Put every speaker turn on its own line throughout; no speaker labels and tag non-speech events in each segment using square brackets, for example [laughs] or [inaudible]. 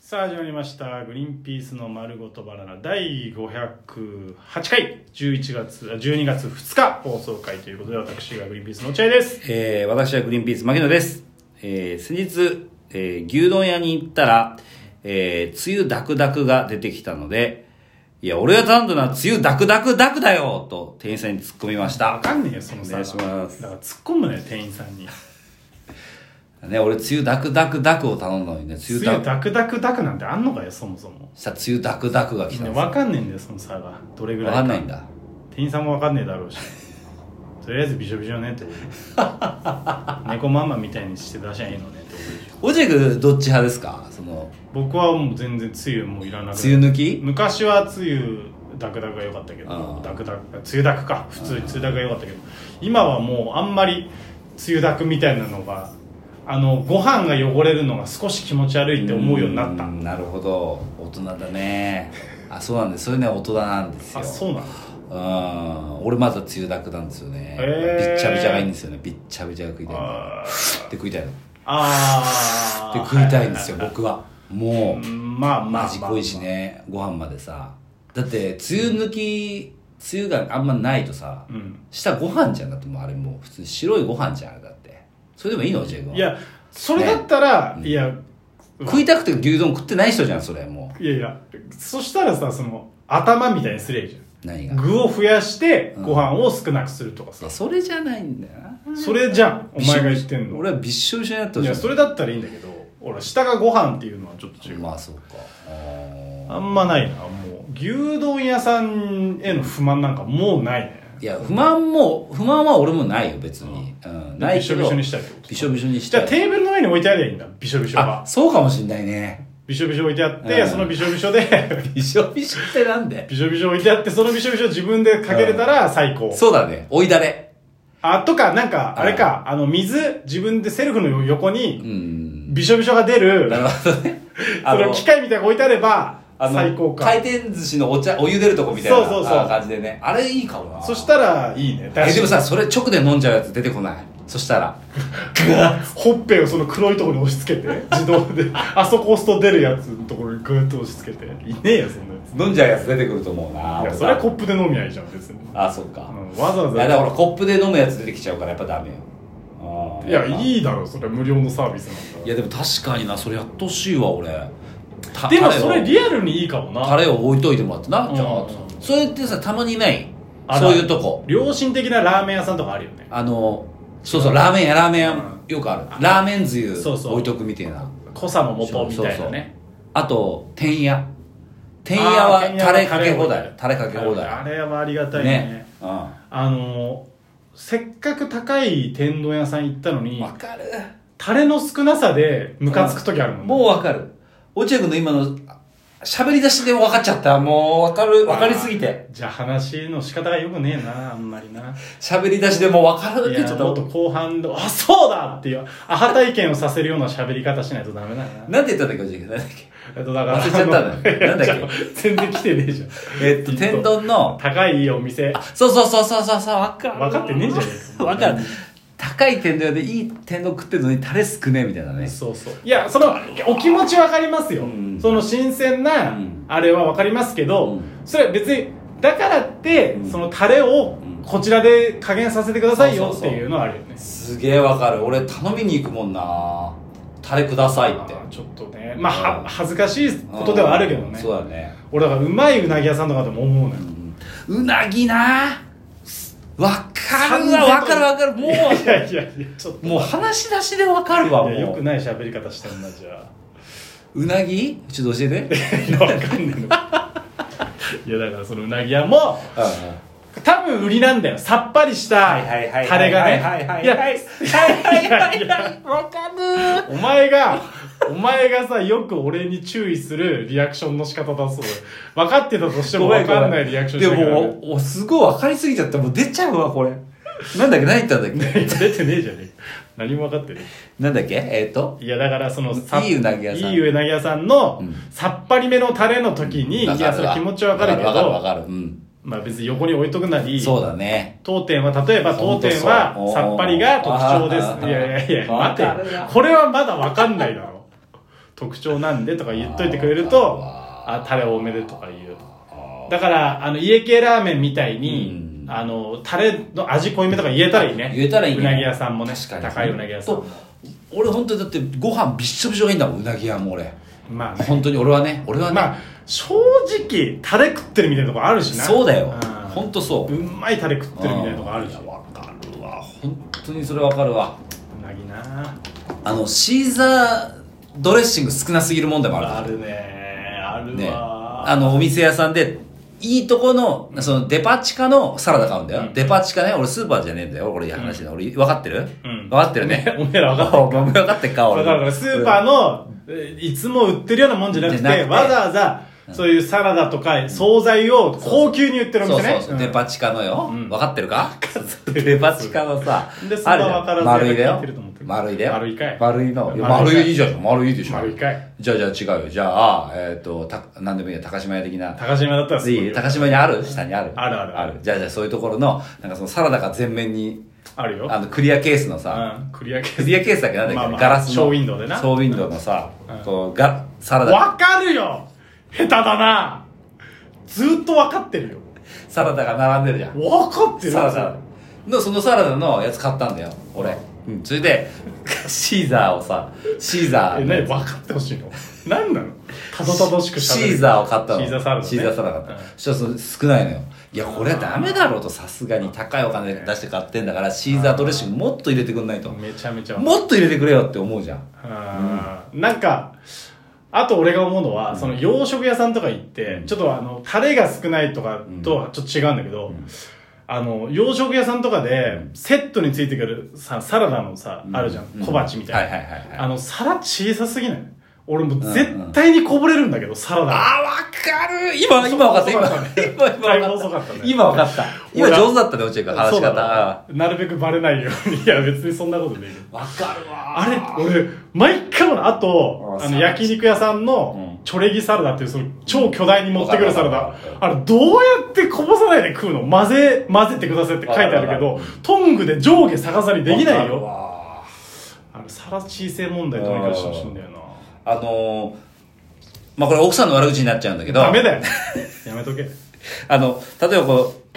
さあ始まりました「グリーンピースの丸ごとバナナ」第508回11月あ12月2日放送回ということで私がグリーンピースの落合です
えー私はグリーンピース牧野です、えー先日、えー牛丼屋に行ったら、えー梅雨ダクダクが出てきたのでいや俺が頼んだのは梅雨ダクダクダクだよと店員さんに突っ込みまし
わ
た、
かんねえよその
お
さ
願いします
だから突っ込むね店員さんに
ね、俺梅雨ダクダクダクを頼んだのにね
「
梅雨
梅
ダ
雨ダク
ク
ダクダク」なんてあんのかよそもそも
さ梅雨ダクダクが来たんです
わかんねえんだよその差がどれぐら
わ
い
かんないんだ
店員さんもわかんねえだろうしとりあえずびしょびしょね
[laughs]
ってこと猫ママみたいにして出しゃいいのねってことでしょ
おじくどっち派ですかその
僕はもう全然梅雨もういらなくなる
梅雨抜き
昔は梅雨ダクダクが良かったけ
あ
ど
あ
ダクダク梅雨ダクか普通に梅雨ダクが良かったけど今はもうあんまり梅雨ダクみたいなのがあのご飯が汚れるのが少し気持ち悪いって思うようになった
んなるほど大人だねあそうなんですそれね大人なんですよ
あそうなの
うん俺まずは梅雨だくなんですよね、
へー
びっちゃびちゃがいいんですよねびっちゃびちゃが食いたいの
あ
で食いたいの
あ
で食いたいんですよ
はは
僕はも
は
う
いまあまあまあ
味濃いしねご飯までさだって梅雨抜き梅雨があんまないとさ
うん
下ご飯じゃんだってもうあれもう普通に白いご飯じゃんあれだってそれでもいいのジェイ君
いやそれだったらいや
食いたくて牛丼食ってない人じゃんそれも
いやいやそしたらさその頭みたいにすりゃいいじ
う何
ゃ
が
ん
い
具を増やして
うん
ご飯を少なくするとかさ
やそれじゃないんだよな
それじゃんお前が言ってんの
俺はびっしょびしょになって
い
ほしい
やそれだったらいいんだけど俺下がご飯っていうのはちょっと違う、
まあそうかあー
あんまないなもう牛丼屋さんへの不満なんかもうないね
いや不満も不満は俺もないよ別に、う
で
んない
びし
け
ょび
ど
しょにしたいってこと
びしょびしょにし
じ
た
ゃあ
い
テーブルの上に置いてありゃいいんだびしょびしょ
あ
が
そうかもしんないね [laughs]
びしょびしょ置いてあって、
うん
そのびしょびしょで [laughs]
びしょびしょってなんで
びしょびしょ置いてあってそのびしょびしょ自分でかけれたら最高、
そうだね追いだれ
あとかなんかあれか、あの水自分でセルフの横
う
に
ん
びしょびしょが出る、
なるほどね
その機械みたいなの置いてあれば
あの
最高か
回転寿司のお茶お湯出るとこみたいな
そうそうそう
あ感じでねあれいいかもな
そしたらいいね
えでもさそれ直で飲んじゃうやつ出てこないそしたら
ほっぺをその黒いところに押し付けて自動であそこ押すと出るやつのところにグーッと押し付けていねえよそんなや
飲んじゃうやつ出てくると思うな
ついやそれはコップで飲みゃいいじゃん別に、
あそうか、
うんわざわ
いやだから
ざ
コップで飲むやつ出てきちゃうからやっぱダメよあー
いやいいだろそれは無料のサービスなんだ
いやでも確かになそれやってほしいわ俺た
でも
タレを
それリアルにいいかも
タ
な
レを置いといてもらってな
うん
じゃあそれってさたまにない
あ
そういうとこ
良心的なラーメン屋さんとかあるよね
あのそうそうラーメンやラーメン
う
屋
ん
よくあるラーメンつゆ
そうそう
置いとくみたいな
濃さの元みたい
そう
な
そう
ね
あとてんやてんや
あ
は
ー
タレかけ
天
放
野は
題タレかけ放題
あれはありがたいね
ねうんわ
あのせっかく高い天丼屋さん行ったのに
かる
タレの少なさでムカつく時あるもんね
もうわかる落合君の今のあ喋り出しで分かっちゃったもうわかる分かりすぎて
じゃあ話の仕方がよくねえなあんまりな
喋り出しでもう分かるっ
い
て言っち
や
ゃった
もっと後半で「あそうだ!」っていうアハ体験をさせるような喋り方しないとダメだな
なんて言ったんだっけ落合君なんだっけ
えっとだから
忘れちゃったんだよ
あの [laughs]
なんだっけ
いや全然来てねえじゃん
えっと、天丼の、
高いお店
そうそうそうそうそうそう、わかる。
分かってねえじゃねえか
わかる。高い天丼屋でいい天丼食ってるのにタレ少ねえみたいなね。
そうそういやそのお気持ち分かりますよ、
うん
その新鮮な
うん
あれは分かりますけど、
うん
それは別にだからって、
うん
そのタレを
うん
こちらで加減させてくださいよ
そう
っ
そうそ
て
う
いうのはあるよね
すげえわかる。俺頼みに行くもんなタレくださいって
あ。ーちょっとねまあは
うん
恥ずかしいことではあるけど
うん
ね
そうだね。
俺だからうまいうなぎ屋さんとかでも思うのよ
うなぎなわかる
完
わ、
全に
わかるわかる。も
いやいやいやいやちょっ
う、
と
もう話し出しでわかるわ、も
いやよく
う。
ない喋り方してんなじゃ
うなぎちょっ
[laughs]
と教えて。
あいやわかんねえのいやだからそのうなぎ屋も多分売りなんだよさっぱりしたタレがねいや
は
は
い
いはい
はい。わかる。
お前が、お前がさ、よく俺に注意するリアクションの仕方だそうだよ分かってたとしても分かんないリアクションし
で
てるからね、
もおおすごい分かりすぎちゃったもう出ちゃうわこれなんだっけ何言ったんだっけ
出てねえじゃねえか何も分かってね
なんだっけえっ、と
えいやだからそのさ
いいうなぎ屋さん
いいうなぎ屋さんの、
うん
さっぱりめのタレの時にい
わ
やそれ気持ち分かるけど
わかるわかるうん
まあ別に横に置いとくなり
そうだね
当店は例えば当
ほんとそう
店はさっぱりが特徴
あ
で
ー
すいやいやいや
わ
待て
か
よ
るわ
これはまだ分かんないだろ特徴なんでとか言っといてくれるとあタレ多めでとか言うだからあの家系ラーメンみたいに、
うん
あのタレの味濃いめとか言えたらいいね
言えたらいいね
うなぎ屋さんもね
確かに
高いうなぎ屋さんも
と俺本当にだってご飯びっしょびしょがいいんだもんうなぎ屋も俺
まあね
本当に俺はね俺はね、
まあ正直タレ食ってるみたいなとこあるしな
そうだよ
ん
本当そう
うまいタレ食ってるみたいなとこあるし
いやわかるわ本当にそれわかるわ
うなぎな
あのシーザードレッシング少なすぎる問題もある
あるねあるわ、
ね、あのお店屋さんでいいとこのそのデパ地下のサラダ買うんだよ、
うん
デパ地下ね俺スーパーじゃねえんだよ俺話だ、俺分かってる、
うん
分かってるね
[laughs] おめえら分かってる
お前分かってっか
だか
俺
らだからスーパーのえいつも売ってるようなもんじゃなくて
じゃなくて
わざわざそういうサラダとか惣菜を高級に売ってるお
そう
店ね
そうそう、
ん
デパ地下のよ、
うん
分かってるかデパ地下のさ
でそ
あ
ば
るじゃ
わから
ん
ず
丸いだ
やっ
よ
てると思ってる
丸いだよ
丸いかい
丸いのいや
丸いかい
丸いいいじゃん丸いでしょ
丸いかい
じゃあじゃあ違うよじゃあえっ、とた何でもいいよ高島屋的な
高島だったらすご
い
い
い高島屋にある下にある
あるある
あるじゃあじゃあそういうところのなんかそのサラダが全面に
あるよ
あのクリアケースのさ、
うんクリアケ
ク
ー
リアケースだっけなんだっけ、
まあまあ
ガラスの
ショーウィンドウでな
ショーウィンドウのさ、
うん
こうがサラ
ス
ダ
わかるよ下手だなずーっとわかってるよ
サラダが並んでるじゃん
わかってる
サラダのそのサラダのやつ買ったんだよ俺、うん、それで [laughs] シーザーをさシーザ
え
ー
何
の
分かってほしいの何なのたどたどしくしゃべ
シ
る
ーザーを買ったの
シーザーサラダね
シーザーサラダ買ったそしたらそれ少ないのよいやこれはダメだろうとさすがに高いお金出して買ってんだからシーザードレッシングもっと入れてくんないと
めちゃめちゃ
もっと入れてくれよって思うじゃん
あーなんかあと俺が思うのは、その洋食屋さんとか行って、ちょっとあのタレが少ないとかとはちょっと違うんだけど、あの洋食屋さんとかでセットについてくるさサラダのさ、あるじゃん小鉢みたいな、
はいはいはいはい
あの皿小さすぎない俺もう絶対にこぼれるんだけど、サラダが
あー、わかる今、今分かった、今、今、今
だいぶ
分
遅
か
か
っ
った
た
ね。
今分かった。今
俺は
上手だったね、落合君、話
そ
し
うだ
方。
なるべくバレないようにいや別にそんなことでいい
分かるわ
あれ俺毎回もなあと
あ
あ
サ
の
ラダ
焼肉屋さんのチョレギサラダっていうその超巨大に持ってくるサラ
わ
ダ
かるわ
あれどうやってこぼさないで食うの混ぜ混ぜてくださいって書いてあるけ
わ
どトングで上下逆さにできないよ
よ。
あの皿小性問題どうにかしてほしいんだよな
あのー、まあ、これ奥さんの悪口になっちゃうんだけど、
ダメ
[laughs]
だよやめとけ
あの、例えばこう、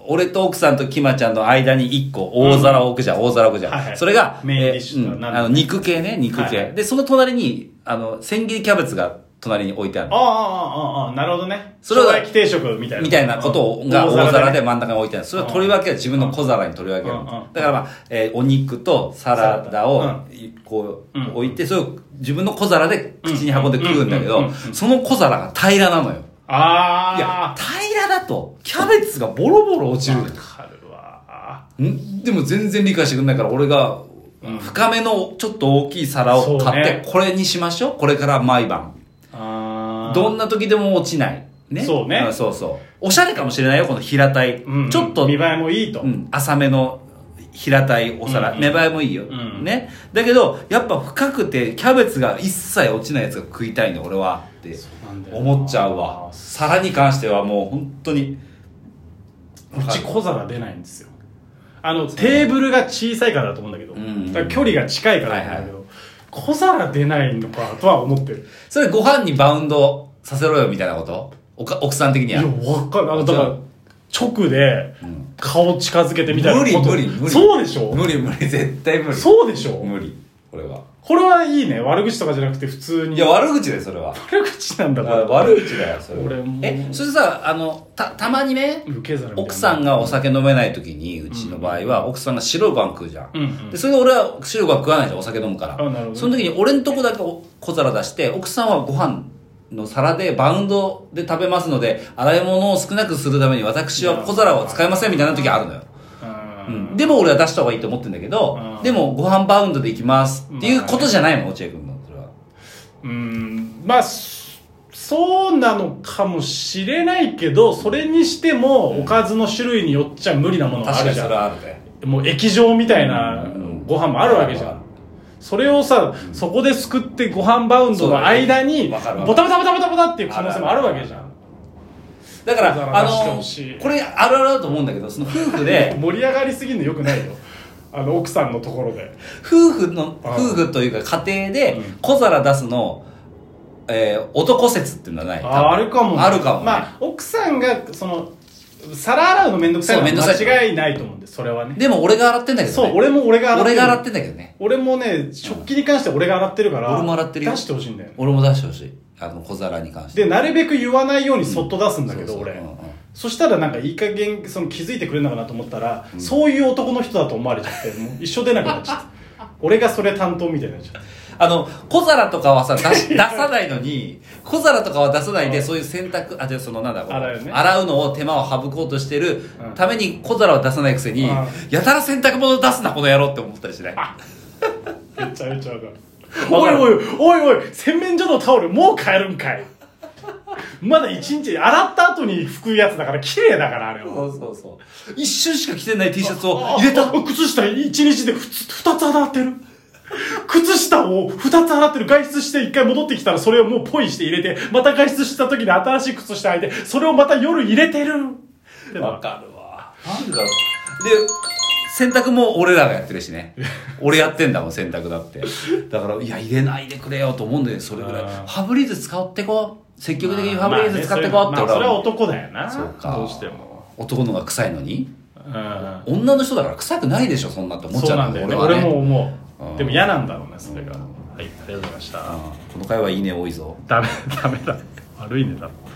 俺と奥さんとキマちゃんの間に1個大皿を置くじゃん、大皿を置くじゃん。
はいはい
それが、
メインディッシュと
えー
は
うん
何
あの肉系ね、肉系。
はいはい
で、その隣に、あの、千切りキャベツが隣に置いてある
あ。あああああなるほどね
それは
生姜焼き定食みたいな
みたいなことをが大皿で真ん中に置いてある。それは取り分けは自分の小皿に取り分ける
うんうんうん。
だからまあ、えーお肉とサラダ
サ
を
ラ、
いこう
うん、
置いて、それを自分の小皿で口に運んで食うんだ
うんう
け
ん
ど
うんう、
その小皿が平らなのよ。
ああ
いや、平らだと、キャベツがボロボロ落ちる
わ。かるわ
んでも全然理解してくれないから、俺が、深めのちょっと大きい皿を買っ
そうね、
てこれにしましょう。これから毎晩。
あー
どんな時でも落ちない。ね。
そうね
んそうそう。おしゃれかもしれないよ、この平たい。
うん
ちょっと
見栄えもいいと、
うん、浅めの平たいお皿、
うんうん
芽生えもいいよ、
ん
ねだけどやっぱ深くてキャベツが一切落ちないやつが食いたいの俺はって
うなんだよな
思っちゃうわ皿に関してはもう本当に
うち小皿出ないんですよあのテーブルが小さいからだと思うんだけど、
うんうん
だから距離が近いからだと思うんだけど、小皿出ないのかとは思ってる
それご飯にバウンドさせろよみたいなことおか奥さん的に
い
は
やわかるあのだか
じゃ
ら直で顔近づけてみたいなこと
無理無理無理
そうでしょ
無理無理絶対無理
そうでしょ
無理これは
これはいいね悪口とかじゃなくて普通に
いや悪口だよそ
[laughs]
れは
悪口なんだ
あ
から
悪口だよそれは
俺も
えそれさあのたたまにね
受け皿みたいな
奥さんがお酒飲めない時にうちの場合は奥さんが白いご飯食うじゃん、
うんうん
でそれで俺は白いご飯食わないじゃんお酒飲むから
あなるほど
その時に俺のとこだけお小皿出して奥さんはご飯の皿でバウンドで食べますので洗い物を少なくするために私は小皿を使いませんみたいな時あるのよ、
う
うんん、でも俺は出した方がいいと思ってんだけど
うん
でもご飯バウンドでいきますっていうことじゃないもん落合君のそれは
うーんまあそそうなのかもしれないけどそれにしてもおかずの種類によっちゃ無理なものがあ
確
る
かに
じゃ
そ
ん
れはあるね
もう液状みたいな
うんうん
ご飯もあるわけじゃん、それをさ、そこですくってご飯バウンドの間に
そうだねわかるわ
ボタボタボタボタボタっていう可能性もあるわけじゃん
だから
小皿
あ
出して
の
ほしい
これあるあるだと思うんだけどその夫婦で
盛り上がりすぎるのよくないよあの奥さんのところで
夫婦の
ああ
夫婦というか家庭で
うん
小皿出すのえー男説っていうのはない。
ああるかもね
あるかもね
まあ奥さんがその皿洗うの面倒くさ
そう
い
面
の
倒く
は
さ
間
い
違いないと思うんですそれはね
でも俺が洗ってんだけどね。
そう俺も俺が洗って
俺
る
が洗ってんだけどね。
俺もね食器に関しては俺が洗ってるから
俺も洗ってるよ
出してほしいんだよね
俺も出してほしい。あの、小皿に関して。
でなるべく言わないようにそっと出すんだけど
そうそう
俺
うんうん
そしたらなんかいい加減その気づいてくれるのかなと思ったら、そういう男の人だと思われちゃってもう一生出なくなっちゃ
[laughs]
って俺がそれ担当みたいになっちゃって
あの、小皿とかはさ、出
[laughs]
し出さないのに、小皿とかは出さないで、そういう洗濯、あ、じゃあそのなんだこう
洗うね
洗うのを手間を省こうとしてる
うん
ために小皿は出さないくせに
うん、
やたら洗濯物出すな、この野郎って思ったりしない。
めっちゃめちゃわかる
わ
お
か
い
る
おいおいおい洗面所のタオルもう変えるんかいまだ一日洗った後に拭くやつだから綺麗だからあれは
そうそうそう。一瞬しか着てない T シャツを入れた。
あ靴下一日でふつ二つ洗ってる靴下を二つ洗ってる外出して一回戻ってきたらそれをもうポイして入れてまた外出した時に新しい靴下履いてそれをまた夜入れてる [laughs] って
わ
な
かるわ。なんでだろう。で、洗濯も俺らがやってるし
[laughs]
ね。俺やってんだもん、洗濯だって。だから、いや、入れないでくれよと思うんだよ、それぐらい
あー。
ファブリーズ使ってこう。積極的にファブリーズ使ってこうって
まあねそれまあそ
俺
れは
は思う
男だよな
そうか。
どうしても
男のが臭いのに
うん
女の人だから臭くないでしょ、そんなって思っち
そ
ゃ
う
う
なんだよね俺
は
も思
うん
うでも嫌なんだろうねそれがはいありがとうございました
うんこの会話いいね、多いぞ。
ダメダメだ悪いねだって